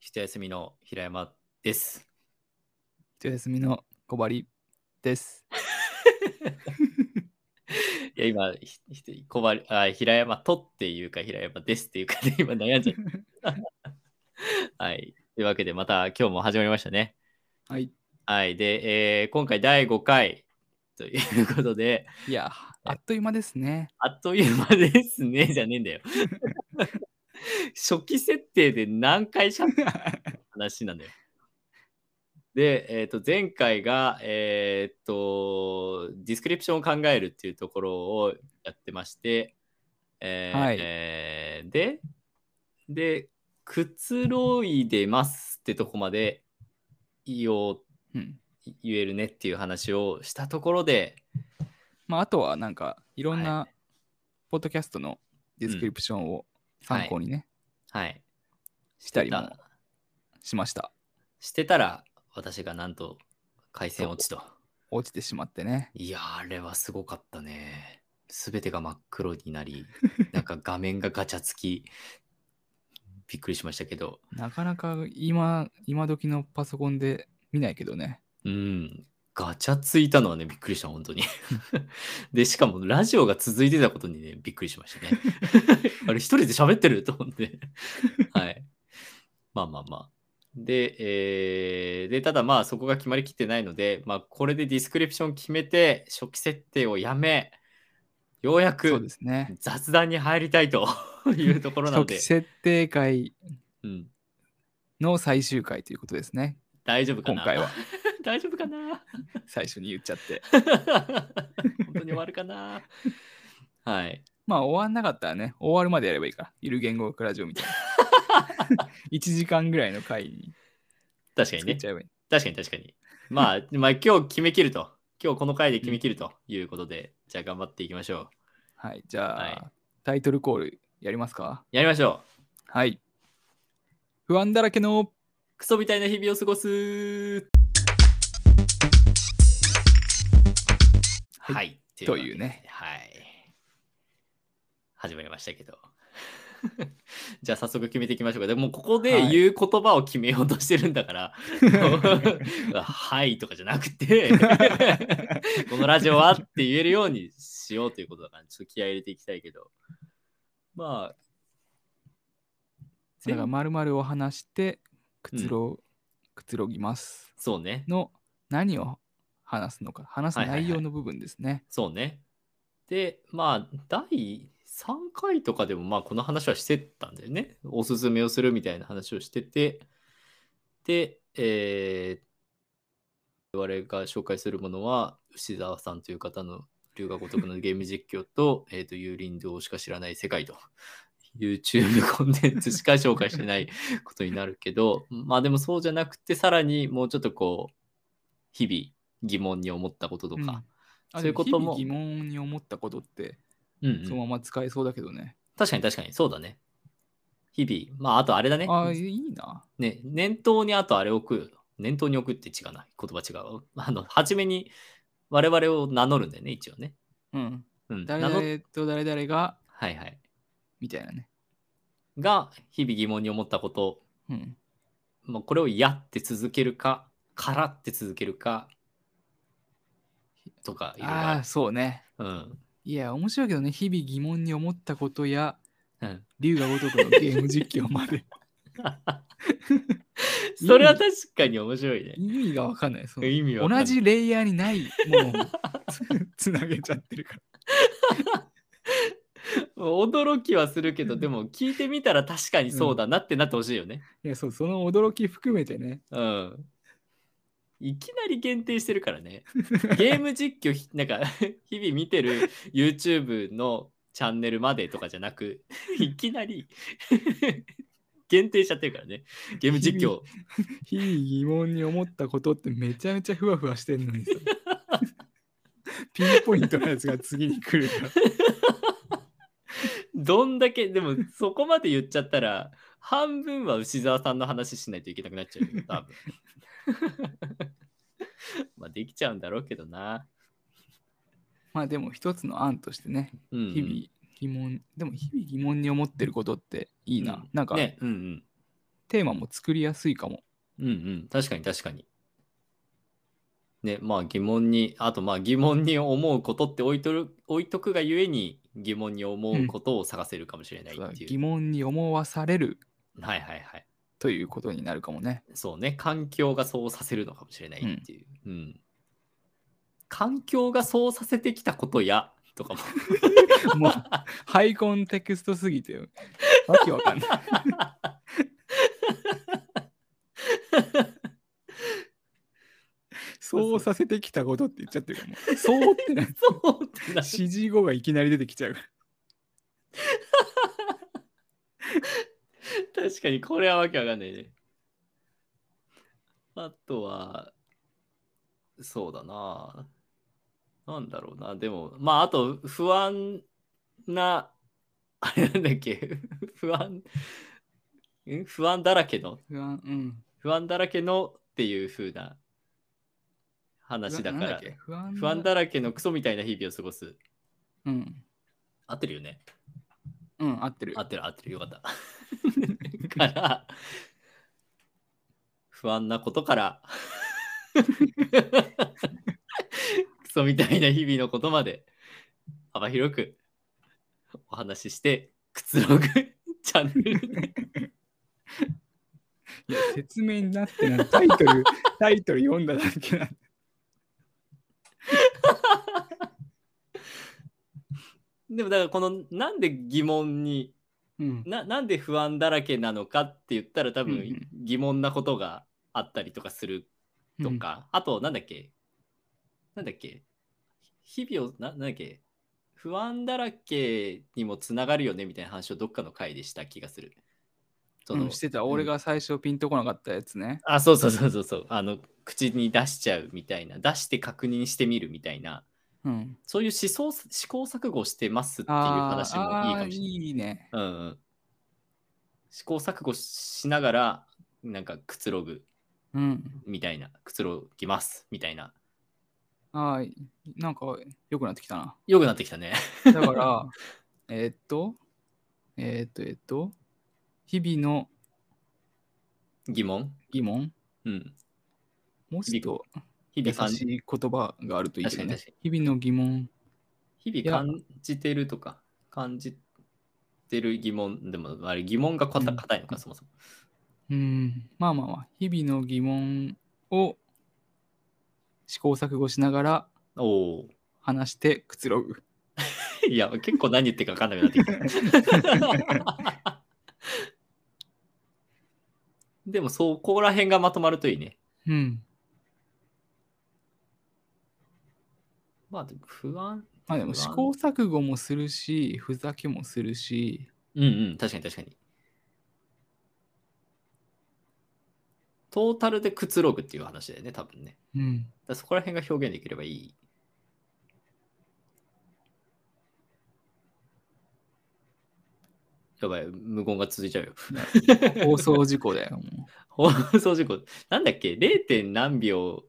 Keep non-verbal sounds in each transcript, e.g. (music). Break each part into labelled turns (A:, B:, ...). A: 一休みの平山です。
B: 一休みの小針です。
A: いや、今、ひひ小針あ平山とっていうか、平山ですっていうかで、今悩んじゃ
B: (laughs)
A: った。はい。というわけで、また今日も始まりましたね。
B: はい。
A: はい。で、えー今回第5回ということで、
B: いや、あっという間ですね。
A: あっという間ですね、 (laughs) じゃねえんだよ。初期設定で何回しゃべる話なんだよ。で、えっと前回が、えっとディスクリプションを考えるっていうところをやってまして、えー
B: はい
A: えーで、で、くつろいでますってとこまで言おう
B: うん。
A: 言えるねっていう話をしたところで、
B: まあ、あとはなんか、いろんな、ポッドキャストのディスクリプションを参考にね、
A: はい、
B: したりもしました。
A: してたら私がなんと回線落ちと。
B: 落ちてしまってね。
A: いやーあれはすごかったね。すべてが真っ黒になり、なんか画面がガチャつき、びっくりしましたけど、
B: なかなか今、今時のパソコンで見ないけどね。
A: うん、ガチャついたのはね、びっくりした、本当
B: (laughs)
A: に。で、しかもラジオが続いてたことにね、びっくりしました
B: (laughs)
A: ね。あれ、一人で喋ってると思って。はい。まあまあまあ。で、えーで、ただまあそこが決まりきってないので、まあこれでディスクリプション決めて、初期設定をやめ、ようや
B: そう
A: く
B: ですね。
A: 雑談に入りたいというところなの
B: 初期
A: で、
B: 設定会
A: うん、
B: の最終回ということですね。 (laughs)
A: 大丈夫かな
B: 今回は。
A: (laughs) 大丈夫かな
B: 最初に言っちゃって。
A: (laughs) 本当に終わるかなはい。
B: まあ終わんなかったらね、終わるまでやればいいから。ゆる言語学ラジオみたいな。1時間ぐらいの回に
A: 確かに
B: 作っ
A: ね
B: ち。ゃえばいい。
A: 確かに確かに。まあ、 (laughs) まあ、今日決めきると。今日この回で決めきるということで、じゃあ頑張っていきましょう。
B: はい、じゃあ、
A: はい
B: タイトルコールやりますか
A: やりましょう。
B: はい。不安だらけの
A: クソみたいな日々を過ごす。
B: はい
A: はい。
B: というね。
A: はい。始まりましたけど。 (laughs) じゃあ早速決めていきましょうか。でもここで言う言葉を決めようとしてるんだ
B: (laughs)
A: から、はいとかじゃなくて、 (laughs) このラジオはって言えるようにしようということだから、ちょっと気合い入れていきたいけど。まあ、
B: だからまるを話してくつろ、くつろぎます
A: そうね。
B: の何を話すのか話す
A: はいはいはい
B: 内容の部分ですね。
A: そうね。で、まあ、第3回とかでも、まあ、この話はしてたんだよね。おすすめをするみたいな話をしてて、で、えー我々が紹介するものは、牛沢さんという方の龍が如くのゲーム実況と、 (laughs) えっと、有林道しか知らない世界と。YouTube コンテンツしか紹介してないことになるけど、 (laughs) まあでもそうじゃなくて、さらにもうちょっとこう、日々疑問に思ったことと
B: うん
A: か、
B: あ
A: そういうことも
B: で日々疑問に思ったことって
A: うんうん
B: そのまま使えそうだけどね。
A: 確かに確かに、そうだね。日々、まあ、あとあれだね。
B: ああいいな。
A: ね念頭にあとあれを置く。念頭に置くって違うな。言葉違う。 (laughs) あの、初めに我々を名乗るんだよね、一応ね。
B: うん、
A: うん。名
B: 誰
A: 乗っ
B: 々と誰々が
A: はいはい。
B: みたいなね。
A: が、日々疑問に思ったこと、
B: うん、
A: まあ、これをやって続けるか、からって続けるか、とか、いろいろあ
B: ああ
A: る。
B: そうね。
A: うん。
B: いや面白いけどね日々疑問に思ったことや
A: うん、
B: 龍が如くのゲーム実況 (laughs) まで
A: それは確かに面白いね。
B: 意味がわかんない。その
A: 意味は
B: 同じレイヤーにないものをつなげちゃってるから。
A: 驚きはするけど、でも聞いてみたら確かにそうだなってなってほしいよね。
B: いやそうその驚き含めてね。
A: うん。いきなり限定してるからね。ゲーム実況ひ、 (laughs) なんか、日々見てる YouTube のチャンネルまでとかじゃなく、いきなり限定しちゃってるからね。ゲーム実況。
B: 非疑問に思ったことってめちゃめちゃふわふわしてんの (laughs) にさ。ピンポイントのやつが次に来るから。
A: どんだけ、でもそこまで言っちゃったら、半分は牛沢さんの話しないといけなくなっちゃうよ、多分。まあできちゃうんだろうけどな。
B: まあでも一つの案としてね、
A: うんうん
B: 日々疑問、でも日々疑問に思ってることっていいな。
A: う
B: なんか、
A: ね、うんうん。
B: テーマも作りやすいかも。
A: うんうん、確かに確かに。ね、まあ疑問に、あとまあ疑問に思うことって置いとる、置いとくがゆえに疑問に思うことを探せるかもしれないってい
B: 疑
A: う。
B: 問に思わされる
A: はいはいはい。
B: ということになるかも (laughs) ね。
A: そうね、環境がそうさせるのかもしれないっていう。うん。環境がそうさせてきたことや、とかも。
B: もう、ハイコンテクストすぎて、わけわかんない。 (laughs) そうさせてきたことって言っちゃってるからもうそうってない。
A: (laughs) そうってな
B: 指示語がいきなり出てきちゃうから。
A: 確かにこれはわけわかんないね。あとは、そうだな。なんだろうな。でも、まあ、あと、不安な、あれなんだっけ、 (laughs) 不安、ん不安だらけの、
B: 不安、うん。
A: 不安だらけのっていう風な話だか
B: なんっ
A: ら、
B: け不安
A: 不安だらけのクソみたいな日々を過ごす。
B: うん。
A: 合ってるよね。
B: うん、合ってる
A: 合。ってる合ってるよかった。 (laughs) から不安なことからクソみたいな日々のことまで幅広くお話ししてくつろぐ (laughs) チャンネルで
B: いや、説明になってない。タイト (laughs) ル、タイトル読んだだけなんだ
A: でもだからこのなんで疑問に
B: うん。
A: ななんで不安だらけなのかって言ったら多
B: うんうん
A: 分疑問なことがあったりとかすると
B: うん。
A: か、あと、なんだっけなんだっけ日々を、ななんだっけ不安だらけにもつながるよねみたいな話をどっかの回でした気がする。その
B: うんしてた。俺が最初ピンとこなかったやつね。
A: あ、そうそうそうそうそう。あの、口に出しちゃうみたいな、出して確認してみるみたいな、
B: うん。
A: そういう思想試行錯誤してますっていう
B: あ
A: 話もいいかもしれない。
B: いいいね。
A: うんうん、試行錯誤しながら、なんかくつろぐ
B: うん。
A: みたいな、くつろぎますみたいな。
B: ああ、なんか良くなってきたな。
A: よくなってきたね。
B: だから、えーっと、えーっと、えーっと、日々の
A: 疑問
B: 疑問、
A: うん。
B: もうちょっと
A: 日
B: 優
A: 々感
B: しい言葉があるといいけどね
A: 確かに確。
B: 日々の疑問、
A: 日々感じてるとか、感じてる疑問、でもあれ疑問がかた
B: うん
A: 硬いのか、そもそも。
B: うん、まあまあまあ、日々の疑問を試行錯誤しながら
A: おお。
B: 話してくつろぐ。
A: いや、結構何言ってるか分かんなくなってきた。でも、そこら辺がまとまるといいね。
B: うん。
A: まあ、でも不安。
B: まあでも
A: 不安
B: 試行錯誤もするし、ふざけもするし、
A: うんうん、確かに確かに。トータルでくつろぐっていう話だよね、多分ね。 (laughs)
B: うん。
A: だからそこら辺が表現できればいい。やばい、無言が続いちゃうよ。 (laughs)
B: 放送事故だよ、も
A: 放送事故。なんだっけ ?0. 点何秒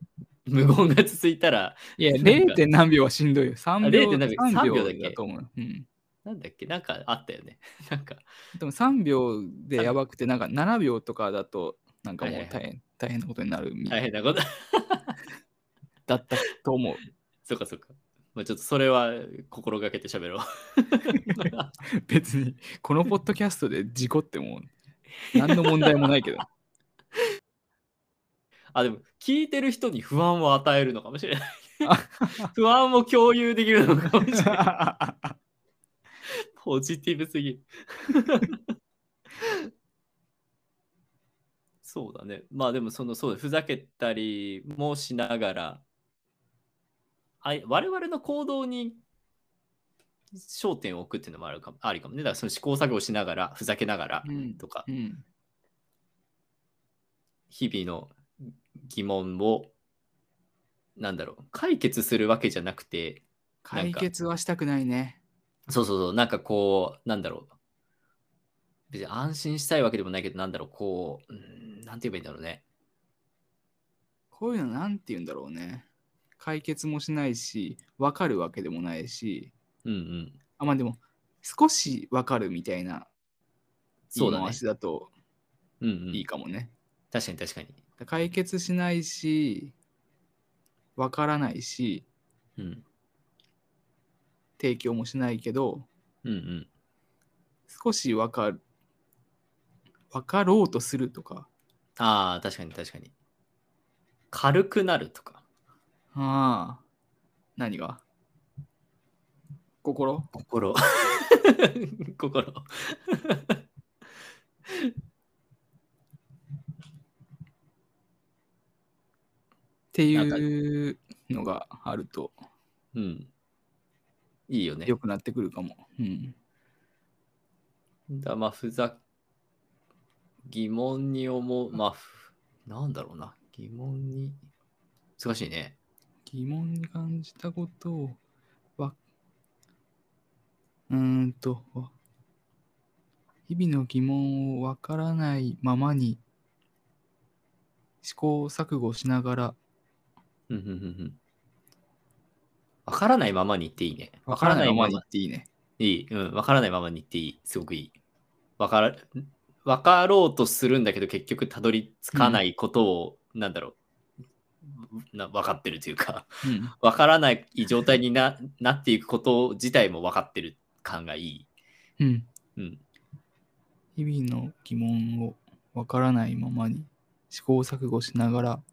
A: 無言が続いたら、
B: う。いや、
A: なんか
B: 0. 点何秒はしんどいよ。3秒
A: 0. 何秒
B: 3
A: 3
B: 秒
A: 秒
B: だ
A: だっけ
B: と思う。うん。
A: なんだっけなんかあったよね。 (laughs) なんか、
B: でも3秒でやばくて、なんか7秒とかだと、なんかもう
A: はいはいは
B: 大変、大変なことになるみた
A: 大
B: い
A: 変なこと。 (laughs)
B: だったと思う。
A: そっかそっか。まあ、ちょっとそれは心がけて喋ろう。
B: (laughs) 別に、このポッドキャストで事故っても、何の問題もない
A: (laughs)
B: けど。
A: (laughs) あ、でも、聞いてる人に不安を与えるのかもしれ
B: (laughs)
A: ない。
B: あ
A: 不安を共有できるのかもしれない。ポジティブすぎる。 (laughs) そうだね。まあでもそのそうだふざけたりもしながらあい我々の行動に焦点を置くっていうのもあるかもありかもね。だからその試行錯誤しながらふざけながら
B: うん
A: とか、
B: うん。
A: 日々の疑問をなんだろう解決するわけじゃなくて
B: 解決はしたくないね。
A: そうそうそう、なんかこう、なんだろう。別に安心したいわけでもないけど、なんだろう、こう、うーんなんて言えばいいんだろうね。
B: こういうのなんて言うんだろうね。解決もしないし、わかるわけでもないし、
A: うんうん。
B: あ、まあでも、少しわかるみたいな
A: そうだ
B: 言い
A: ね
B: 回。しだと、
A: うん、うん。
B: いいかもね。
A: 確かに確かに。
B: 解決しないし、わからないし、
A: うん。
B: 提供もしないけど、
A: うんうん。
B: 少しわかる、わかろうとするとか、
A: ああ、確かに確かに。軽くなるとか。
B: ああ、何が心
A: 心。 (laughs) 心。
B: っていうのがあると
A: うん。いいよね。
B: 良くなってくるかも。うん。
A: だまあふざ疑問に思うまあふなんだろうな疑問に難しいね
B: 疑問に感じたことをわうーんとわ日々の疑問をわからないままに試行錯誤しながら
A: うんうんうんうんわからないままに言っていいねわからない
B: わ
A: ま
B: にっ
A: ま
B: ていいね。
A: いいうんわからないままに言っていいすごくいいわからわかろうとするんだけど結局たどり着かないことを、なんだろうな分かってるというか (laughs)
B: うん、
A: わからない状態にななっていくこと自体も分かってる感がいい
B: うん、
A: うん
B: 日々の疑問をわからないままに試行錯誤しながら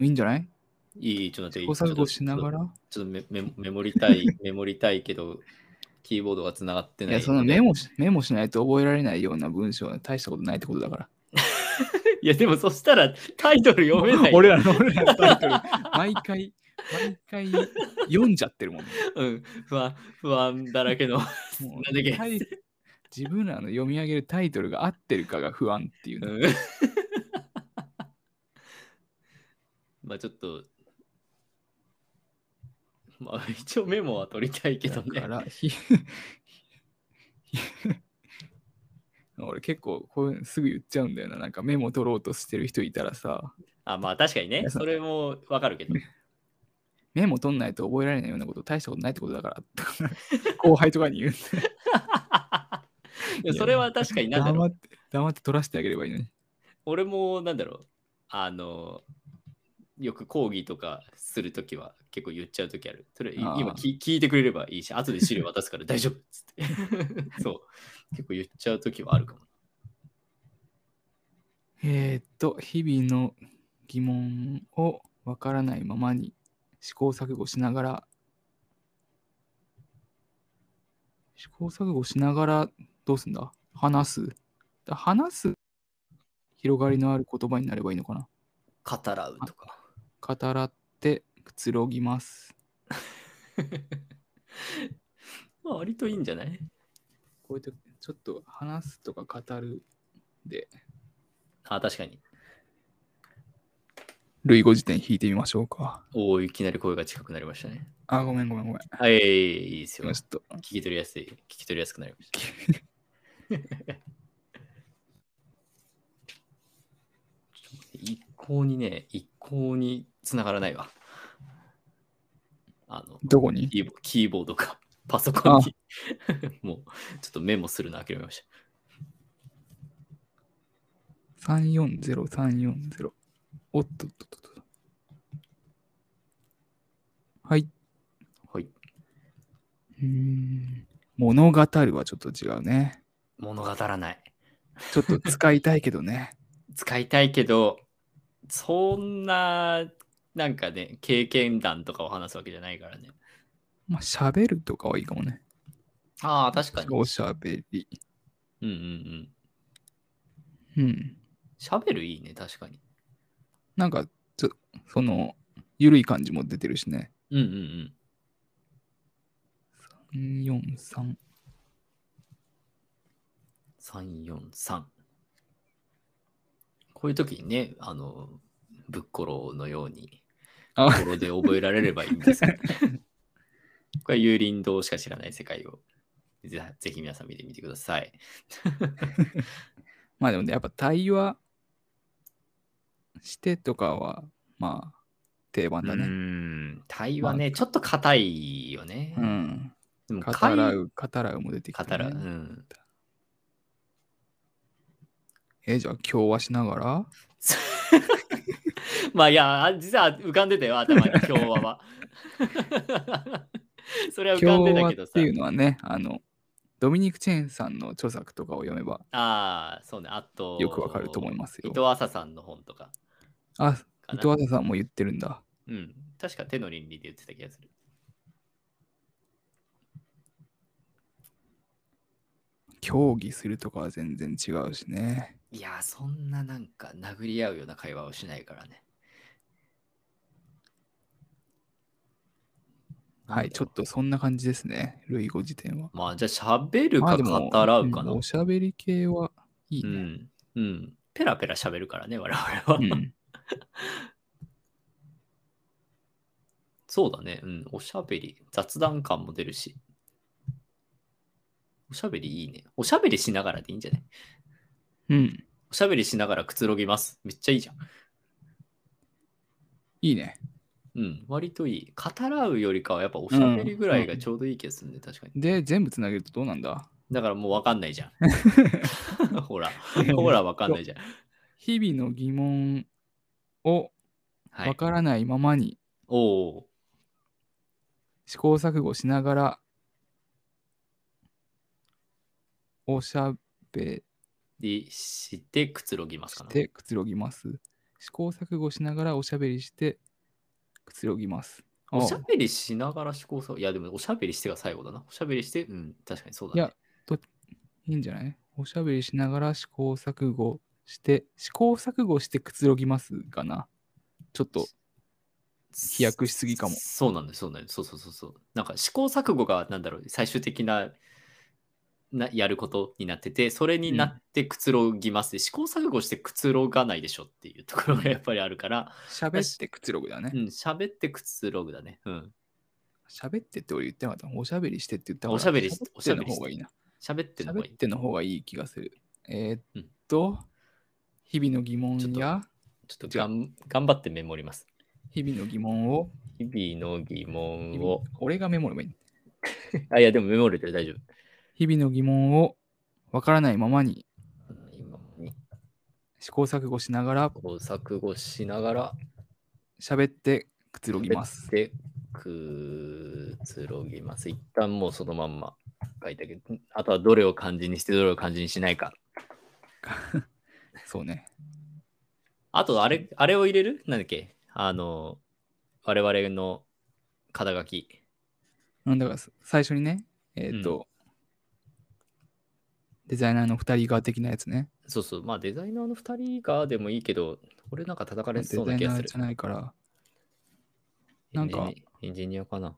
B: いいんじゃない
A: いいちょっと待っ
B: 試
A: て
B: 行錯誤しなが
A: ら
B: ら
A: ちょっとメメメモりたい、 (laughs) メモりたいけど、キーボードがつながって
B: い
A: ない。
B: やそのメモしメモしないと覚えられないような文章は大したことないってことだから。
A: いや、でもそしたらタイトル読めない。
B: 俺らの俺らのタイトル、毎回、毎回読んじゃってるもん、ね。
A: うん、不安、不安だらけの。
B: も
A: なんだっけ
B: タイ自分らの読み上げるタイトルが合ってるかが不安っていう
A: う
B: ね。
A: ん (laughs) まあちょっと、まあ一応メモは取りたいけどね
B: だか。
A: (laughs)
B: ら、ひ俺結構こういうのすぐ言っちゃうんだよな。なんかメモ取ろうとしてる人いたらさ、
A: あ、まあ確かに
B: い
A: ね、
B: やそう
A: それもわかるけど。
B: メモ取んないと覚えられないようなこと大したことないってことだから
A: (laughs)
B: とか、後輩とかに言うんだよ
A: いやそれは確かになんだろう
B: 黙って、黙って取らせてあげればいいのに。
A: 俺もなんだろうあのよく講義とかするときは結構言っちゃうときある。それい
B: あー
A: 今聞聞いてくれればいいし、後で資料渡すから大丈夫っつ
B: (laughs)
A: って。そう。結構言っちゃうときはあるかも。
B: えーっと、日々の疑問をわからないままに試行錯誤しながら、試行錯誤しながらどうすんだ話す。だ話す広がりのある言葉になればいいのかな
A: 語らうとか。
B: 語らってくつろぎます。
A: まあ割といいんじゃない
B: こういうとちょっと話すとか語るで、
A: あ、確かに。
B: 類語辞典引いてみましょうか。
A: おお、いきなり声が近くなりましたね。
B: あ、ごめんごめんごめん。
A: はい、いいですよ
B: 今。ちょっと
A: 聞き取りやすい。聞き取りやすくなりました。 (laughs) ちょっと待って一向にね、一向に繋がらないわ。あの、
B: どこに
A: キーボキーボードか、パソコンに。 (laughs) もう、ちょっとメモするの諦めました。
B: 340340おっとっとっとっとはい
A: はい。
B: うーん物語るはちょっと違うね
A: 物語らない。
B: ちょっと使いたいけどね (laughs)
A: 使いたいけど、そんな、なんかね、経験談とかを話すわけじゃないからね。
B: まあ喋るとかはいいかもね
A: ああ、確かに。
B: おしゃべり
A: うんうんうん。
B: うん
A: 喋るいいね、確かに。
B: なんかちょそのゆるい感じも出てるしね
A: うんうんうん。
B: 443
A: 343こういう時にねあのぶっころのように
B: あ
A: 心で覚えられればいいん (laughs) ですけどこれ有林堂しか知らない世界をぜぜひ皆さん見てみてください
B: まあでもねやっぱ対話してとかはまあ定番
A: う
B: だね
A: ん対話ねちょっと硬いよね、
B: うん
A: でも
B: 語
A: 会
B: らう、語らうも出てきた、
A: 語
B: ね。
A: らう、うん、
B: え、じゃあ今日はしながら
A: まあいや、あ実は浮かんでたよ、頭に、今日はは。 (laughs) それは浮かん
B: 今
A: で
B: 日
A: た
B: は
A: けど
B: っ
A: さ
B: て。いうのはね、あの、ドミニク・チェーンさんの著作とかを読めば
A: ああ、そうね、あと、
B: よくわかると思います
A: 伊
B: よ。
A: 藤浅さんの本とか
B: あ、
A: か
B: 伊
A: な。
B: 藤浅さんも言ってるんだ。
A: うん、確か手の倫理で言ってた気がする。
B: 競技するとかは全然違うしね。
A: いやー、そんななんか殴り合うような会話をしないからね。
B: はい、ちょっとそんな感じですね。類語辞典は。
A: まあじゃあ喋る
B: まあ
A: か
B: でも
A: 語らうかな。
B: んおしゃべり系はいいうね。
A: ん。うん。ペラペラ喋るからね、我々は。
B: うん。
A: そうだね。うん。おしゃべり。雑談感も出るし。おしゃべりいいね。おしゃべりしながらでいいんじゃない
B: うん。
A: おしゃべりしながらくつろぎます。めっちゃいいじゃん。
B: いいね。
A: うん。割といい。語らうよりかはやっぱおしゃべりぐらいがちょうどいい気がするね。確かに。
B: で、全部つなげるとどうなんだ
A: だからもうわかんないじゃ
B: (laughs)
A: ん。ほら。ほら、わかんないじゃん。
B: 日々の疑問を
A: は
B: わ
A: い。
B: からないままに
A: おお。
B: 試行錯誤しながらおしゃべ
A: りしてくつろぎま
B: り
A: すか
B: し
A: な。
B: てくつろぎます。試行錯誤しながらおしゃべりしてくつろぎます。
A: おしゃ
B: あ
A: べりしながら試行錯誤。いや、でもおしゃべりしてが最後だな。おしゃべりして、うん、確かにそうだ、ね。
B: いやいいんじゃないおしゃべりしながら試行錯誤して試行錯誤してくつろぎますかなちょっと飛躍しすぎかも。
A: そうなんです、そうなんです。そうそうそうそう。なんか試行錯誤が、なんだろう、最終的ななやることになってて、それになってくつろぎますで、試行錯誤してくつろがないでしょっていうところがやっぱりあるから、
B: しゃべってくつろぐだ
A: う
B: ね。
A: ん、喋ってくつろぐだね。うん。
B: しゃべってって俺言ってなかった。おしゃべりしてって言ったから
A: おしゃべりして
B: おしゃべりの方がいいな。
A: 喋っての
B: 喋
A: が
B: っ
A: いい。
B: ての方がいい気がする。え
A: う
B: ー
A: ん
B: っと、日々の疑問
A: ちょっと
B: や
A: ちょっとがん頑張ってメモります。
B: 日々の疑問を、
A: 日々の疑
B: 日
A: 問
B: 々
A: を。
B: 俺がメモればいい。
A: あ、いや、でもメモれてる、大丈夫。
B: 日々の疑問をわからないままに
A: 今に
B: 試行錯誤しながら
A: こう錯誤しながら
B: 喋ってくつろぎます。
A: でくつろぎます。一旦もうそのまんま書いたけど、あとはどれを漢字にしてどれを漢字にしないか。
B: そうね。
A: あとあれ、あれを入れるなんだっけあの、我々の肩書き。
B: うんだからさ最初にね、えーっと、デザイナーの二人が的なやつね。
A: そうそう、まあデザイナーの2人がでもいいけど、俺なんか叩か
B: デ
A: れ
B: ザ
A: そう
B: イ
A: な気が
B: ナ
A: す
B: ー
A: る
B: じ。ゃないから、なん
A: エ
B: か
A: ンジニエンジニアかな。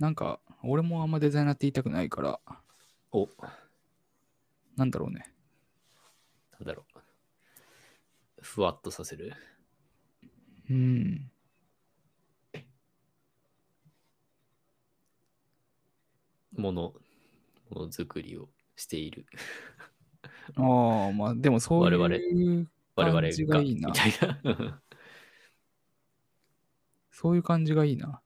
B: なんか俺もあんまデザイナーって言いたくないから、
A: お、
B: なんだろうね。
A: なんだろう。ふわっとさせる。
B: うん。
A: もの、ものづくりをしている。
B: ああ、まあでもそういう
A: 我我々が。
B: 感じがいいな
A: みたいな。 (laughs)
B: そういう感じがいいな。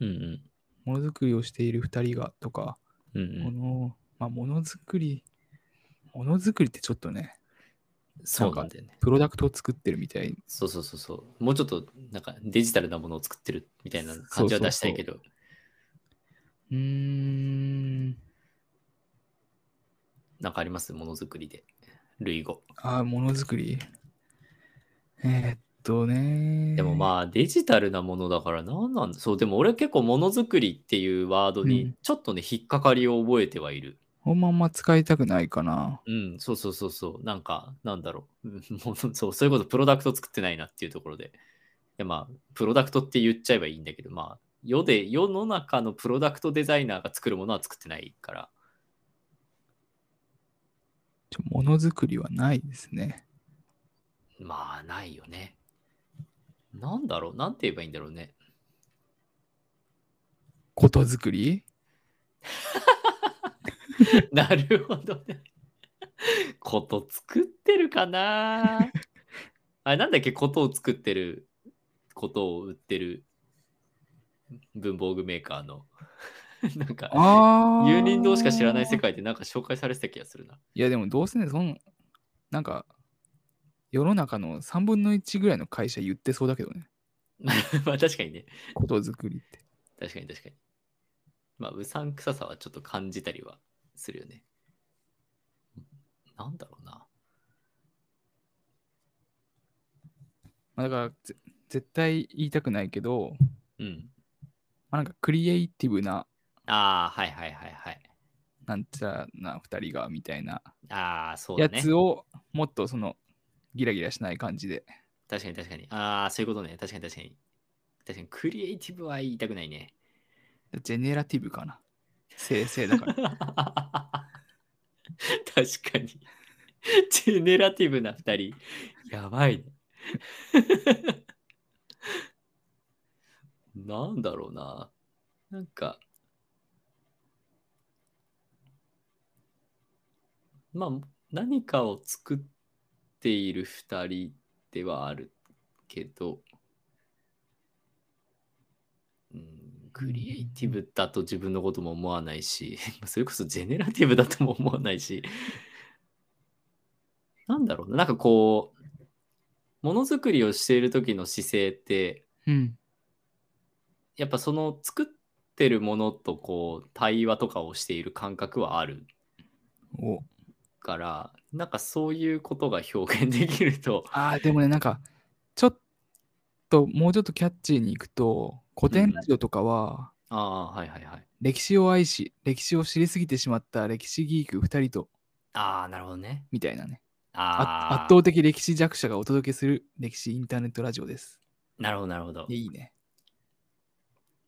A: うんうん。
B: ものづくりをしている2人がとか、
A: うんう
B: こ
A: ん、
B: の、まあ、ものづくり、ものづくりってちょっとね、
A: そうなんだよね。
B: プロダクトを作ってるみたい
A: そうそうそうそう。もうちょっとなんかデジタルなものを作ってるみたいな感じは出したいけど。
B: うーん。
A: なんかありますものづくりで。類語。
B: ああ、ものづくり。えーっとね。
A: でも
B: あ。
A: まあデジタルなものだから何なんだそうでも俺結構ものづくりっていうワード
B: う
A: に
B: ん
A: ちょっとね、引っかかりを覚えてはいる。
B: ほんまあんま使いたくないかな。
A: うん、そうそうそうそう。なんかなんだろう。うん (laughs) ものそうそういうことプロダクト作ってないなっていうところで。いやまあプロダクトって言っちゃえばいいんだけどまあ世で世の中のプロダクトデザイナーが作るものは作ってないから。
B: ちょものづくりはないですね。
A: まあ、ないよね。なんだろうなんて言えばいいんだろうね。 (laughs)
B: ことづくり
A: なるほどね。こと作ってるかなあれ、なんだっけことを作ってる、ことを売ってる文房具メーカーの (laughs) なんか、
B: あ
A: 有人同しか知らない世
B: 界。
A: 界でなんか紹介されてた気がするな。 (laughs)
B: いや、でもどうせね、その、なんか、世の中の3分の1ぐらいの会社言ってそうだけどね。
A: まあ確かにね。
B: ことづくりって。
A: 確かに確かに。まあ、うさんくささはちょっと感じたりはするよね。なんだろうな。
B: まあ、だからぜ、絶対言いたくないけど、
A: うん。
B: まあ、なんかクリエイティブな、
A: ああ、はいはいはいはい。
B: なんちゃらな2人がみたいな
A: ああ、そうだ
B: や
A: ね。
B: つを、もっとその、ギラギラしない感じで。
A: 確かに確かに。ああ、そういうことね。確かに確かに。確かに、クリエイティブは言いたくないね。 (laughs)
B: ジェネラティブかな。生成だ
A: (laughs)
B: から。
A: 確かに。ジェネラティブな2人。やばいね。 (laughs) なんだろうな。なんか。まあ、何かを作っている2人ではあるけど、うん、クリエイティブだと自分のことも思わないし、 (laughs) それこそジェネラティブだとも思わないし、なんだろうな、なんかこう、ものづくりをしている時の姿勢って、
B: うん。
A: やっぱその作ってるものとこう、対話とかをしている感覚はある
B: お
A: から、なんかそういうことが表現できると、 (laughs)
B: ああ、でもね、なんか、ちょっと、もうちょっとキャッチーに行くと、古典ラジオとかは、
A: ああー、はいはいはい。
B: 歴史を愛し、歴史を知りすぎてしまった歴史ギーク2人と、
A: ああ、なるほどね。
B: みたいなね。あ
A: ああ、
B: 圧倒的歴史弱者がお届けする歴史インターネットラジオです。
A: なるほどなるほど。
B: いいね。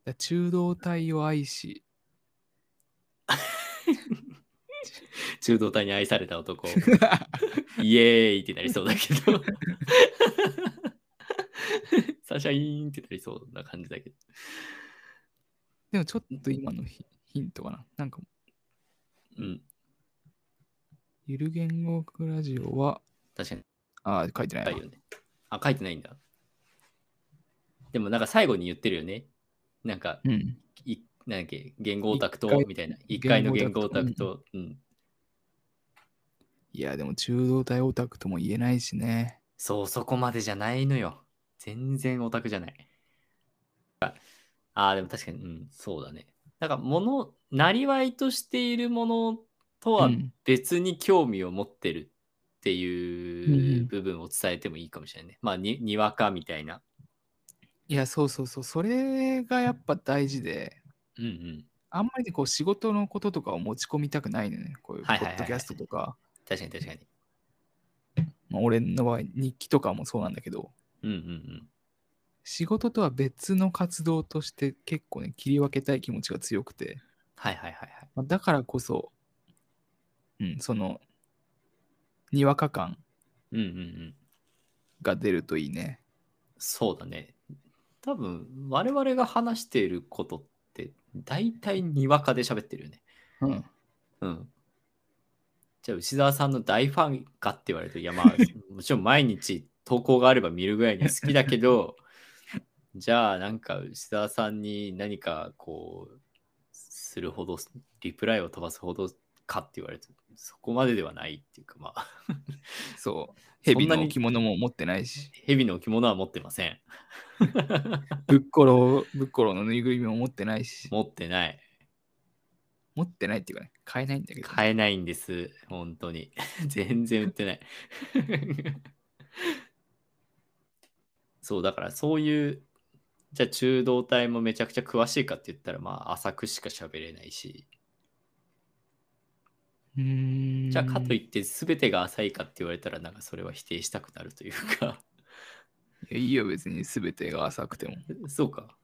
B: だ中道体を愛し、
A: 中道体に愛された
B: (laughs)
A: 男。イエーイってなりそうだけど。 (laughs) サシャイーンってなりそうな感じだけど。
B: (laughs) でもちょっと今のヒヒントかな。なんか、
A: うん、
B: ゆる言語学ラジオは、
A: 確かに
B: ああ、書いてない
A: 書
B: わ
A: いてよね。あ、書いてないんだ。でもなんか最後に言ってるよね。なんか、
B: うん。
A: いなんだっけ、言語オタクと
B: 一、回
A: みたいな。一回の言
B: 言
A: 語
B: 語
A: オ
B: オ
A: タ
B: タ
A: ク
B: ク
A: と、うん。
B: いや、でも中道体オタクとも言えないしね。
A: そう、そこまでじゃないのよ。全然オタクじゃない。ああー、でも確かに、うん、そうだね。なんか、もの、なりわいとしているものとは
B: うん
A: 別に興味を持ってるって
B: ん
A: いううん部分を伝えてもいいかもしれないね。まあ、ににわかみたいな。
B: いや、そうそうそう。それがやっぱ大事で、
A: うんうん。
B: あんまりねこう仕事のこととかを持ち込みたくないのね。こういうポ
A: はいはいはいはい
B: ッドキャストとか、
A: 確かに確かに。
B: まあ、俺の場合日記とかもそうなんだけど、
A: うんうんうん。
B: 仕事とは別の活動として結構ね、切り分けたい気持ちが強くて、
A: はいはいはいはい。
B: まあ、だからこそ、うん、その、にわか感
A: うんうんうん。
B: が出るといいね。
A: そうだね。多分、我々が話していることって、大体にわかで喋ってるよね。
B: うん。
A: うん。じゃあ、牛沢さんの大ファンかって言われると、いや、 (laughs) まあ、もちろん毎日投稿があれば見るぐらいには好きだけど、 (laughs) じゃあ、なんか、牛沢さんに何かこう、するほど、リプライを飛ばすほどかって言われると、そこまでではないっていうか、まあ、 (laughs)
B: そう。蛇
A: そんな
B: の
A: に
B: 置物も持ってないし、
A: 蛇の置物は持ってません。
B: ぶっころ、ぶっころのぬいぐるみも持ってないし、
A: 持ってない。
B: 持ってないっていうかね、買えないんだけど、
A: 買えないんです、本当に。 (laughs) 全然売ってない。 (laughs) そう、だからそういう、じゃあ中道体もめちゃくちゃ詳しいかって言ったら、まあ浅くしか喋れないし、
B: うーん
A: じゃあかといって全てが浅いかって言われたら、なんかそれは否定したくなるというか、 (laughs)
B: いやいいよ、別に全てが浅くても。
A: そうか。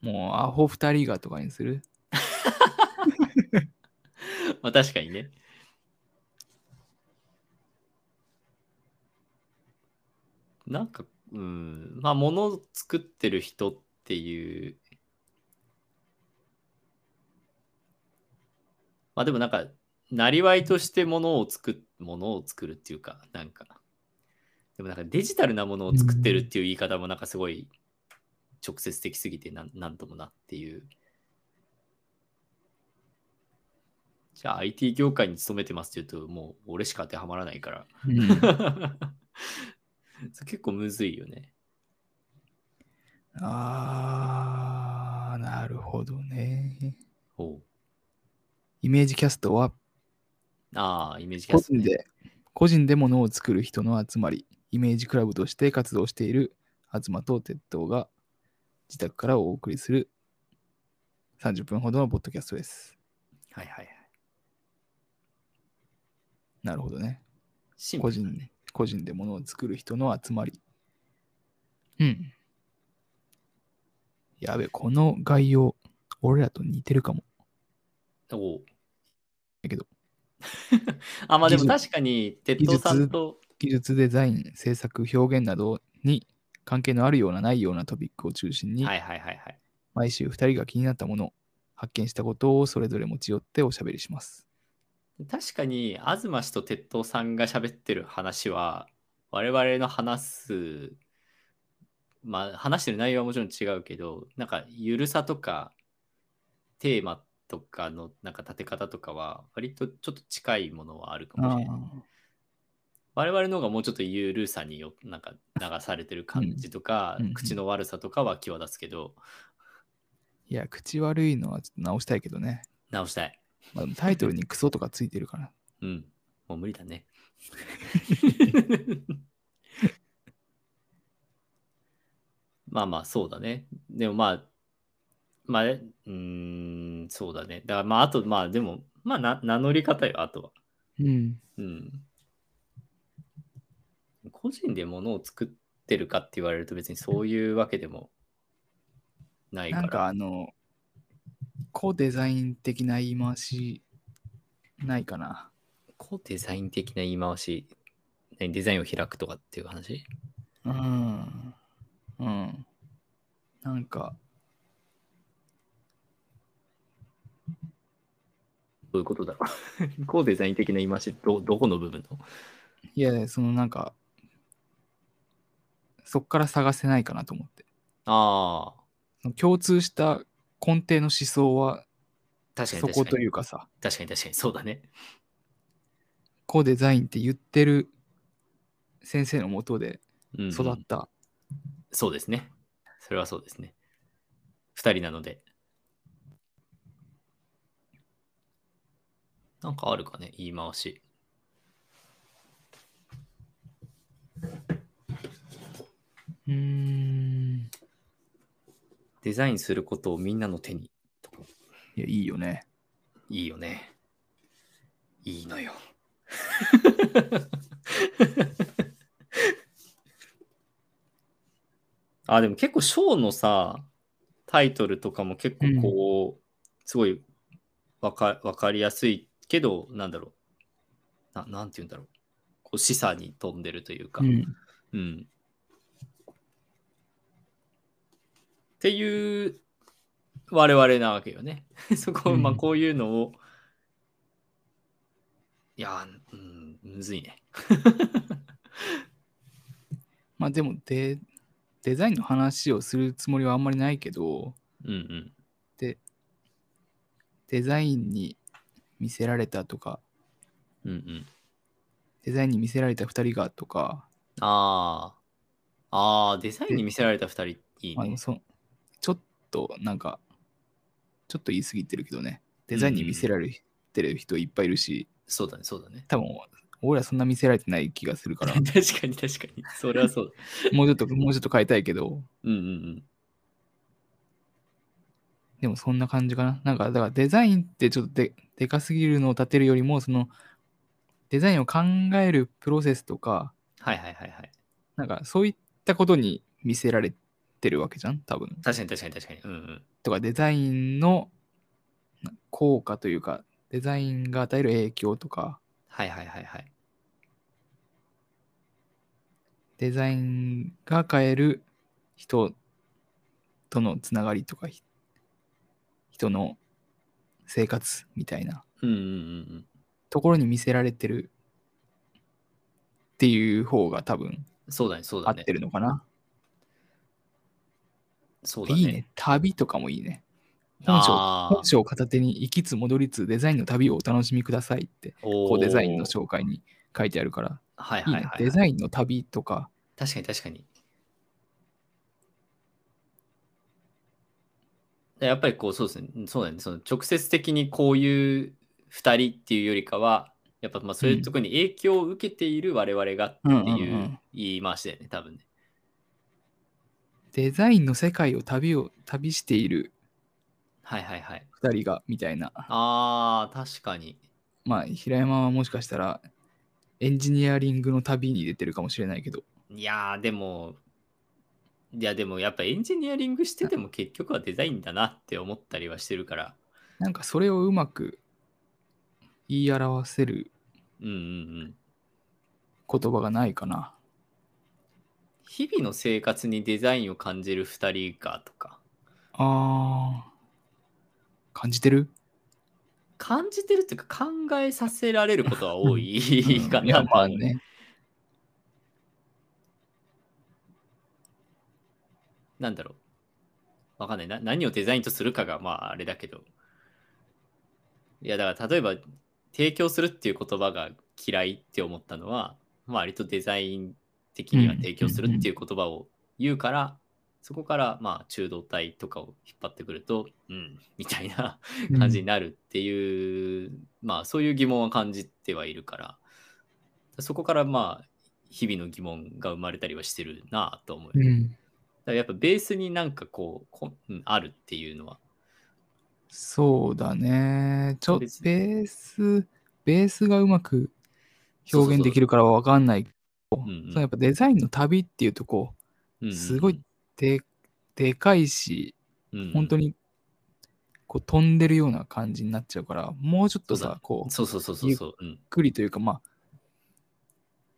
B: もう、アホ二人がとかにする
A: まあ確かにね。なんか、うん、まあ物を作ってる人っていう。まあでもなんか、なりわいとして物を作っ、物を作るっていうか、なんか。でもなんかデジタルなものを作ってるっていう言い方もなんかすごい直接的すぎてなんなんともなっていうじゃあ IT 業界に勤めてますって言うと、もう俺しか当てはまらないから。
B: うん、
A: それ (laughs) 結構むずいよね。
B: (laughs) あー、なるほどね。
A: おう
B: イメージキャストは、
A: ああ、イメージキャ
B: 個
A: スト、
B: 人
A: ね。
B: で、個人で物を作る人の集まり、イメージクラブとして活動している東と鉄道が自宅からお送りする30分ほどのポッドキャストです。
A: はいはいはい。
B: なるほどね。
A: シンプ
B: 個
A: ルだ
B: 人
A: ね。
B: 個人で物を作る人の集まり。うん。やべ、この概要、俺らと似てるかも。
A: おう
B: だけど、
A: (laughs) あ、まあでも
B: 技
A: 確かに、鉄道さんと、
B: 技術デザイン、制作、表現などに関係のあるようなないようなトピックを中心に、
A: はいはいはいはい。
B: 毎週2人が気になったもの、発見したことをそれぞれ持ち寄っておしゃべりします。
A: 確かに、東氏と鉄道さんが喋ってる話は、我々の話す、まあ、話してる内容はもちろん違うけど、なんか、ゆるさとか、テーマとかの、なんか立て方とかは、割とちょっと近いものはあるかもしれない。我々の方がもうちょっとゆるさによなんか流されてる感じとか、
B: うんうんうん
A: 口の悪さとかは際立つけど、
B: いや、口悪いのはちょっと直したいけどね。
A: 直したい。
B: まあ、でもタイトルにクソとかついてるから。
A: うん。もう無理だね。 (laughs) まあまあ、そうだね。でもまあ、まあ、えうーん、そうだね。だからまあ、あと、まあでも、まあな、名乗り方よ、あとは。
B: うん。
A: うん。個人で物を作ってるかって言われると別にそういうわけでもないか
B: な
A: ら。
B: んかあの、コデザイン的な言い回し、ないかな。
A: こうデザイン的な言い回し、何デザインを開くとかっていう話
B: うん。うん。なんか、
A: どういうことだろ (laughs) うこうデザイン的な言い回し、どどこの部分の
B: いや、そのなんか、そっから探せないかなと思って。
A: ああ、
B: 共通した根底の思想は
A: 確か
B: そ
A: に
B: こ
A: 確か
B: と
A: に。
B: いうかさ、
A: 確かに確かに、そうだね。
B: コデザインって言ってる先生のもとで
A: うんうん
B: 育った、
A: そうですね。それはそうですね。二人なので。なんかあるかね、言い回し。
B: うーん
A: デザインすることをみんなの手に。とか
B: いやいいよね
A: いいよね。いいのよ。 (laughs) あ、でも結構ショーのさ、タイトルとかも結構こう、すごいわかわかりやすいけど、なんだろう。ななんて言うんだろう。こう示唆に飛んでるというか。
B: うん
A: うん。っていう我々なわけよね。 (laughs) そこ、
B: うん
A: まあこういうのを、いやー、うん、むずいね。
B: まあでもデデザインの話をするつもりはあんまりないけど
A: うんうん。
B: デザインに見せられたとか
A: うんうん。
B: デザインに見せられた2人がとか、
A: ああ。ああ、デザインに見せられた2人、いい
B: まあ、で
A: ね
B: も。そちょっとなんかちょっと言い過ぎてるけどねデザインに見せられてる人いっぱいいるし、
A: そうだね、そうだね。
B: 多分俺らそんな見せられてない気がす
A: (laughs)
B: るから
A: 確かに確かに。それはそうだ。
B: もうちょっともうちょっと変えたいけど
A: うんうんうん。
B: でもそんな感じかななんかだからデザインってちょっとででかすぎるのを立てるよりもそのデザインを考えるプロセスとか
A: はいはいはいはい。
B: なんかそういったことに見せられてるわけじゃん多分
A: 確かに確かに確かに。うんうん。
B: とかデザインのな効果というかデザインが与える影響とか
A: はいはいはいはい。
B: デザインが変える人とのつながりとかひ人の生活みたいな
A: うんうんうんうん。
B: ところに見せられてるっていう方が多分
A: そうだね、そう
B: 合
A: だ
B: っ
A: ね
B: て。るのかな。
A: そうだね。
B: いいね。旅とかもいいね。本書
A: あー
B: 本書を片手に行きつ戻りつデザインの旅をお楽しみくださいってこ
A: こ
B: うデザインの紹介に書いてあるから
A: はい
B: いい
A: はい
B: な、
A: はい。
B: デザインの旅とか
A: 確かに確かに。やっぱりこうそうですね、そうだね、その直接的にこういう2人っていうよりかは、やっぱまあそういうところに影響を受けている我々がって
B: うんうんう
A: いうん言い回しだよね、多分ね。
B: デザインの世界を旅を旅している
A: はいはいはい。
B: 2人がみたいな
A: ああ、確かに。
B: まあ平山はもしかしたらエンジニアリングの旅に出てるかもしれないけど
A: いやーでも、いやでもやっぱエンジニアリングしてても結局はデザインだなって思ったりはしてるから。
B: なんかそれをうまく言い表せる
A: うんうんうん。
B: 言葉がないかな
A: 日々の生活にデザインを感じる2人がとか。
B: あー感じてる
A: 感じてるっていうか考えさせられることは多
B: (laughs)
A: いか
B: い
A: な。
B: やまあね
A: なんだろう。わかんないな。何をデザインとするかがまああれだけど。いやだから例えば提供するっていう言葉が嫌いって思ったのは、まあ割とデザイン的には提供するっていう言葉を言うから、そこからまあ中道体とかを引っ張ってくると、うん、みたいな。感じになるっていう、まあそういう疑問は感じてはいるからそこからまあ日々の疑問が生まれたりはしてるなぁと思う、
B: う
A: だか
B: ん
A: らやっぱベースになんかこうこ、うん、あるっていうのは
B: そうだね。ちょベ
A: 別に
B: ース、ベースがうまく
A: そうそうそう
B: 表現できるからはわかんないけど、
A: うんうん
B: そのやっぱデザインの旅っていうとこ、
A: うんうんうん
B: すごいででかいし、
A: うんうん
B: 本当にこう飛んでるような感じになっちゃうから、もうちょっと
A: そう
B: さ、こう、ゆっ
A: そうそうそうそうそう、うん、
B: くりというか、まあ、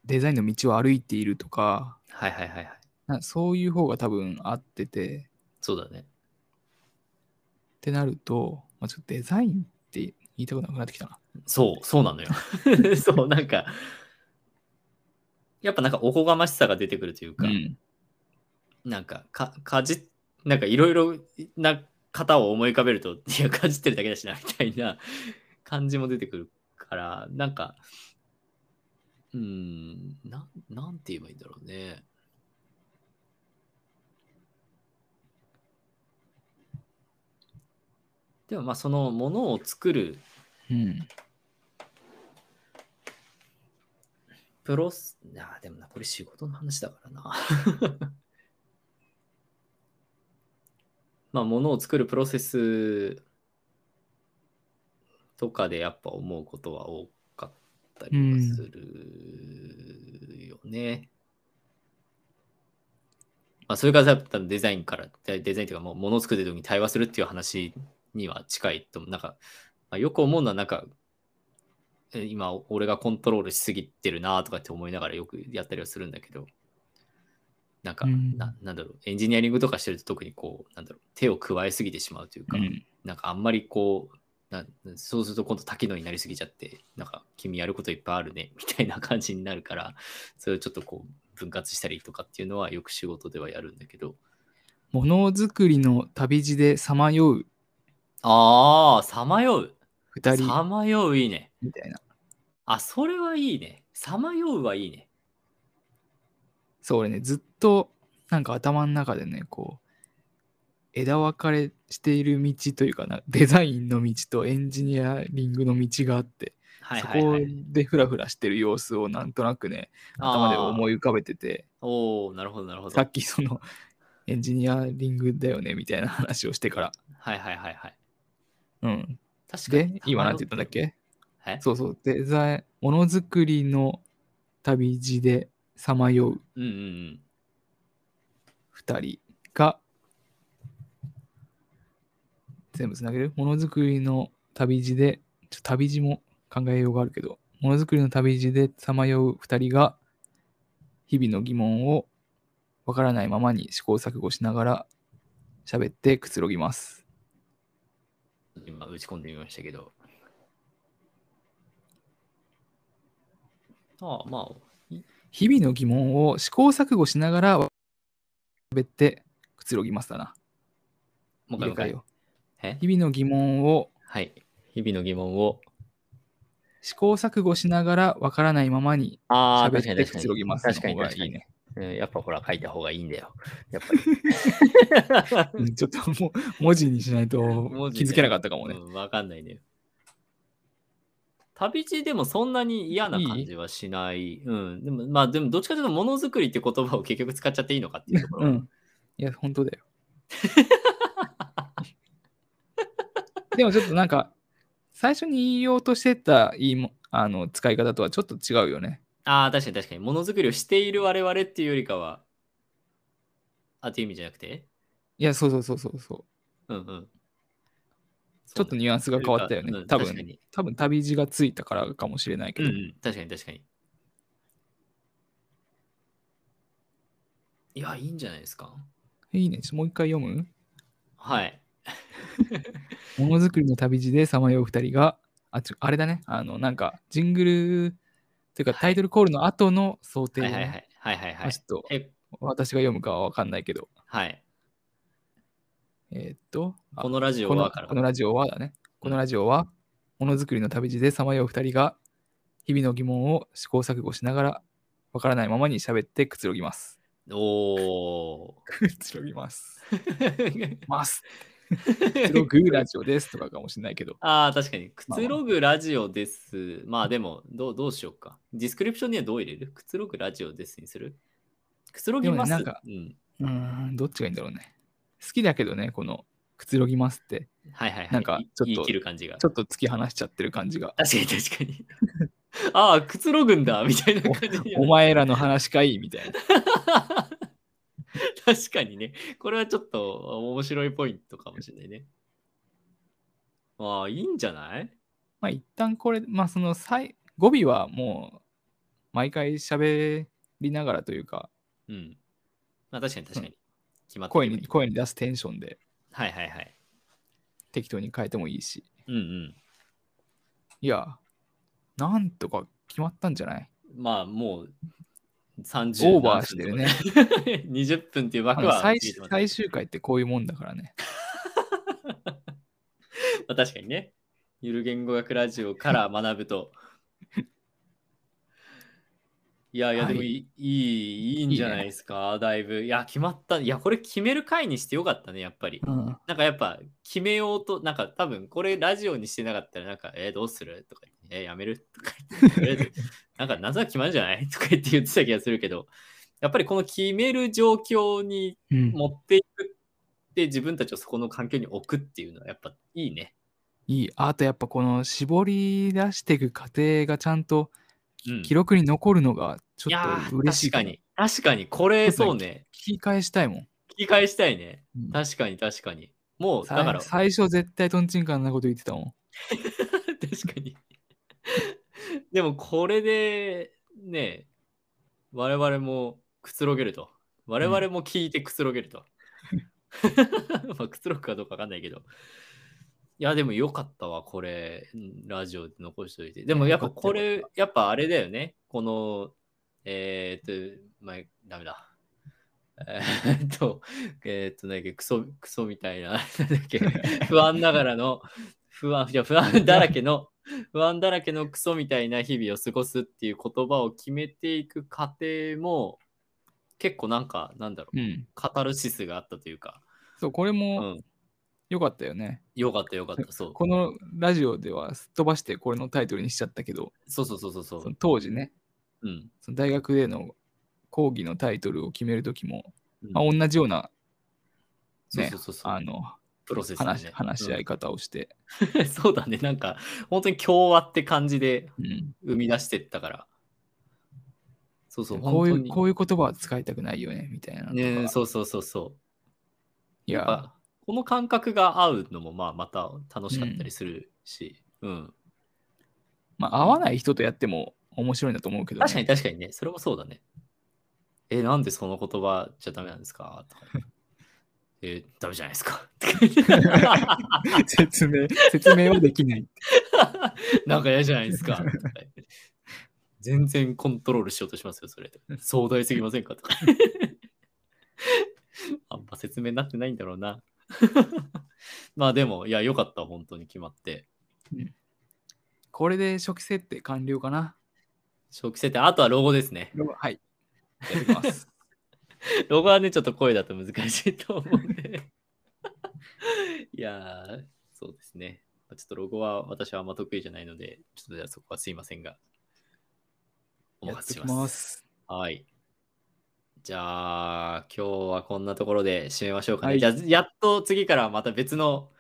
B: デザインの道を歩いているとか、
A: はいはいはいはい
B: なそういう方が多分合ってて、
A: そうだね
B: ってなると、まあ、ちょっとデザインって言いたくなくなってきたな。
A: そうそう
B: (laughs)
A: なのよそうなんかやっぱなんかおこがましさが出てくるというか、
B: うん
A: なんか、か、かじ、なんかいろいろな方を思い浮かべると、い (laughs) や、かじってるだけだしな、みたいな感じも出てくるから、なんか、うーん、なん、なんて言えばいいんだろうね。でもまあそのものを作る
B: うん
A: プロス、あーでもな、これ仕事の話だからな。 (laughs) まあ、ものを作るプロセスとかでやっぱ思うことは多かったりはするよね。まあ、それからさっきデザインから、デデザインというかもうものを作る時に対話するっていう話には近いと思う。なんか、まあ、よく思うのはなんかえ今俺がコントロールしすぎてるなとかって思いながらよくやったりはするんだけどなんか、
B: うん
A: ななんだろうエンジニアリングとかしてると特にこうなんだろう手を加えすぎてしまうというか、
B: うん
A: なんかあんまりこうなそうすると今度多機能になりすぎちゃってなんか君やることいっぱいあるね (laughs) みたいな感じになるからそれをちょっとこう分割したりとかっていうのはよく仕事ではやるんだけど
B: ものづくりの旅路でさまよう
A: ああさまようさ
B: 二人
A: まよういいね
B: みたいな。
A: あそれはいいねさまようはいいね
B: そう、俺ね、ずっとなんか頭の中でね、こう、枝分かれしている道というかな、デザインの道とエンジニアリングの道があって、
A: はいはいはい
B: そこでフラフラしてる様子をなんとなくね、頭で思
A: い。
B: い浮かべてて、
A: おおなるほど、なるほど。
B: さっきその、エンジニアリングだよねみたいな話をしてから、
A: はいはいはいはい。
B: うん。
A: 確かに
B: で。、今なんて言ったんだっけ
A: え
B: そうそう、デザイン、ものづくりの旅路でさまよう
A: うんうんうん。
B: 2人が全部つなげるものづくりの旅路でちょっと旅路も考えようがあるけどものづくりの旅路でさまよう2人が日々の疑問をわからないままに試行錯誤しながら喋ってくつろぎます
A: 今、打ち込んでみましたけど。ああ、まあ、
B: 日々の疑問を試行錯誤しながら喋ってくつろぎますだな
A: もう一回もう
B: 入
A: 一回。
B: れ替えよ
A: え
B: 日々の疑問を
A: はい。日々の疑問を。
B: 試行錯誤しながらわからないままに
A: ああ、確
B: 喋
A: か
B: って
A: に
B: く
A: 確か
B: つろぎ
A: に。
B: ます
A: 確かに
B: の方が
A: 確
B: い
A: か
B: い
A: に
B: ね。
A: うんやっぱほら、書いた方がいいんだよ。やっ
B: (laughs)
A: ぱり。
B: うんちょっともう文字にしないと
A: 文字
B: 気
A: ね
B: づけなかったかもね。
A: うんわ、かんないね。旅路でもそんなに嫌な感じはしない。うん。でも、まあ、でも、どっちかというと、ものづくりって言葉を結局使っちゃっていいのかっていうところ。
B: うん。いや、本当 (laughs) だよ。でもちょっとなんか、最初に言いようとしてた言いもあの使い方とはちょっと違うよね。
A: ああ、確かに確かに。ものづくりをしている我々っていうよりかは、あ、っていう意味じゃなくて
B: いや、そうそうそうそうそう。
A: うんうん。
B: ちょっとニュアンスが変わったよね。
A: うん
B: 多
A: 確か
B: 分
A: に、
B: 多分旅路がついたからかもしれないけ
A: うん
B: ど。
A: うん、確かに確かに。いや、いいんじゃないですか。
B: いいね。ちょっともう一回読む
A: はい。
B: ものづくりの旅路でさまよう二人が、あ、ちょあれだね。あの、なんか、ジングルというか
A: はい
B: タイトルコールの後の想定
A: は
B: だ
A: い
B: ね、
A: はいはい。はいはい
B: ま
A: は
B: あ
A: い
B: ち。ょっと
A: え、
B: 私が読むかは分かんないけど。
A: はい。
B: えーっと、あ
A: このラジオ
B: この
A: はから
B: このラジオはだね。このラジオは、ものづくりの旅路でさまよう二人が、日々の疑問を試行錯誤しながら、わからないままに喋ってくつろ
A: (laughs)
B: ぎます。
A: お
B: くつろぎ
A: (laughs)
B: ます。
A: ー。
B: ます。くつろぐラジオですとかかもしれないけど。
A: ああ、確かに。くつろぐラジオです。まあでも、どうどうしようか。ディスクリプションにはどう入れるくつろぐラジオですにするくつろぎます。
B: でもねなんか
A: うん、
B: うーん、どっちがいいんだろうね。好きだけどね、この、くつろぎますって、
A: はいはいはい。
B: なんか
A: い
B: ちょっと
A: 言い切る感じが。
B: ちょっと突き放しちゃってる感じが。
A: 確かに確かに。 (laughs) ああ、くつろぐ
B: (laughs)
A: んだみたいな感じには
B: お前らの話かいみたいな。
A: 確かにね。これはちょっと面白いポイントかもしれないね。ああ、いいんじゃない
B: まあ一旦これ、まあその最語尾はもう毎回喋りながらというか
A: うん。まあ確かに確かに。決まって
B: 声
A: ればい
B: に
A: い
B: 声に出すテンションで
A: はいはいはい。
B: 適当に変えてもいいし。
A: うんうん。
B: いや、なんとか決まったんじゃない
A: まあもう30
B: オーバーしてるね。
A: (laughs) 20分っていう
B: あ
A: 枠
B: の
A: は
B: 最
A: 切れてます
B: 最終回ってこういうもんだからね。
A: まあ、確かにね。ゆる言語学ラジオから学ぶ
B: (laughs)
A: と。いやいや、
B: は
A: で
B: い
A: もいい,、い、いいんじゃないですか、だいぶ。いや、決まった。いや、これ決める回にしてよかったね、やっぱり。
B: うん、
A: なんかやっぱ決めようと、なんか多分これラジオにしてなかったら、なんか、えーどうするとか、えーやめるとか言って、とりあえず (laughs) なんか謎は決まるんじゃないとか言って言ってた気がするけど、やっぱりこの決める状況に
B: うん
A: 持っていくって、自分たちをそこの環境に置くっていうのは、やっぱいいね。
B: いい。あとやっぱこの絞り出していく過程がちゃんと
A: うん
B: 記録に残るのがち
A: い
B: ょ
A: や
B: っ
A: ー
B: と嬉しい
A: 確かに。確かに、これ、
B: ちょっ
A: そ
B: と
A: う
B: ね
A: ね。
B: 聞き返したいもん。
A: 聞き返したいね。
B: うん
A: 確かに、確かに。もう、
B: さ
A: だから、確
B: 最初絶対トンチンカンなこと言ってたもん。
A: (laughs) かに。でも、これで、ね、我々もくつろげると。我々も聞いてくつろげると。 (laughs) まあ、くつろぐかどうかわかんないけど。いや、でもよかったわ、これ、うんラジオで残しておいて。でもやっぱこ
B: よ
A: れ、やっぱあれだよね。この、えー、っと、まあ、ダメだ。えー、っと、えー、っと、なんだっけ、クソ、クソみたいな、なんだっけ、不安ながらの、不安、いや、不安だらけの、不安だらけのクソみたいな日々を過ごすっていう言葉を決めていく過程も、結構なんか、なんだろう、
B: うん。
A: カタルシスがあったというか、
B: そう、これ
A: う
B: も
A: ん、
B: 良かったよね。
A: よかったよかった、そう。
B: このラジオではすっ飛ばしてこれのタイトルにしちゃったけど、
A: そうそうそうそうそ
B: そうの。当時ね、
A: うん。
B: その大学での講義のタイトルを決めるときも、
A: うん
B: まあ、同じような、
A: そう
B: ね
A: そうそうそう。
B: あの
A: プロセスだ
B: 話
A: ね。
B: 話し合い方をして、
A: うん (laughs) そうだね。なんか、本当に共和って感じで
B: うん
A: 生み出してったから。そうそう、
B: こういう
A: 本
B: こ
A: 当
B: ういう言葉は使いたくないよね、みたいなのとか。
A: に。ね、そうそうそうそう。
B: い
A: やっ
B: や、
A: ぱこの感覚が合うのも、まあ、また楽しかったりするし。うん。
B: まあ、合わない人とやっても面白いんだと思うけど、ね、
A: 確かに確かにね、それもそうだね。え、なんでその言葉じゃダメなんですかとか。えダメじゃないですか。
B: 説明、説明はできない。
A: なんか嫌じゃないですか。とか全然コントロールしようとしますよ、それ。壮大すぎませんかとか。あんま説明になってないんだろうな。まあでも、いや、よかった、本当に決まって。
B: これで初期設定完了かな。
A: 初期設定、あとはロゴですね。
B: はい。やってきます。
A: ロゴはね、ちょっと声だと難しいと思うんで。いやー、そうですね。まあちょっとロゴは私はあんま得意じゃないので、ちょっとじゃあそこはすいませんが。お
B: (laughs) やっ
A: 任
B: て
A: せ
B: き
A: し
B: ま
A: ます。
B: す。
A: はい。じゃあ、今日はこんなところで締めましょうかね。
B: はい
A: じゃあ、やっと次からはまた別の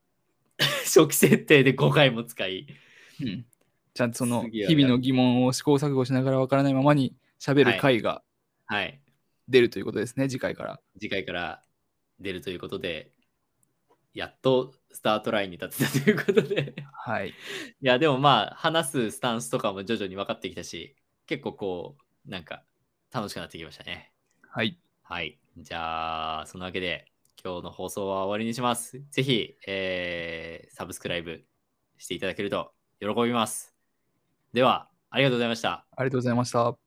A: (laughs) 初期設定で5回も使い、
B: うん。ちゃんとその
A: 次は
B: 日々の疑問を試行錯誤しながらわからないままに喋る回が
A: はい。
B: 出るということですね、次回から。
A: 次回から出るということで、やっとスタートラインに立てたということで。
B: はい。
A: いや、でもまあ、話すスタンスとかも徐々に分かってきたし、結構こう、なんか、楽しくなってきましたね。
B: はい。
A: はい。じゃあ、そのわけで、今日の放送は終わりにします。ぜひ、えーサブスクライブしていただけると喜びます。では、ありがとうございました。
B: ありがとうございました。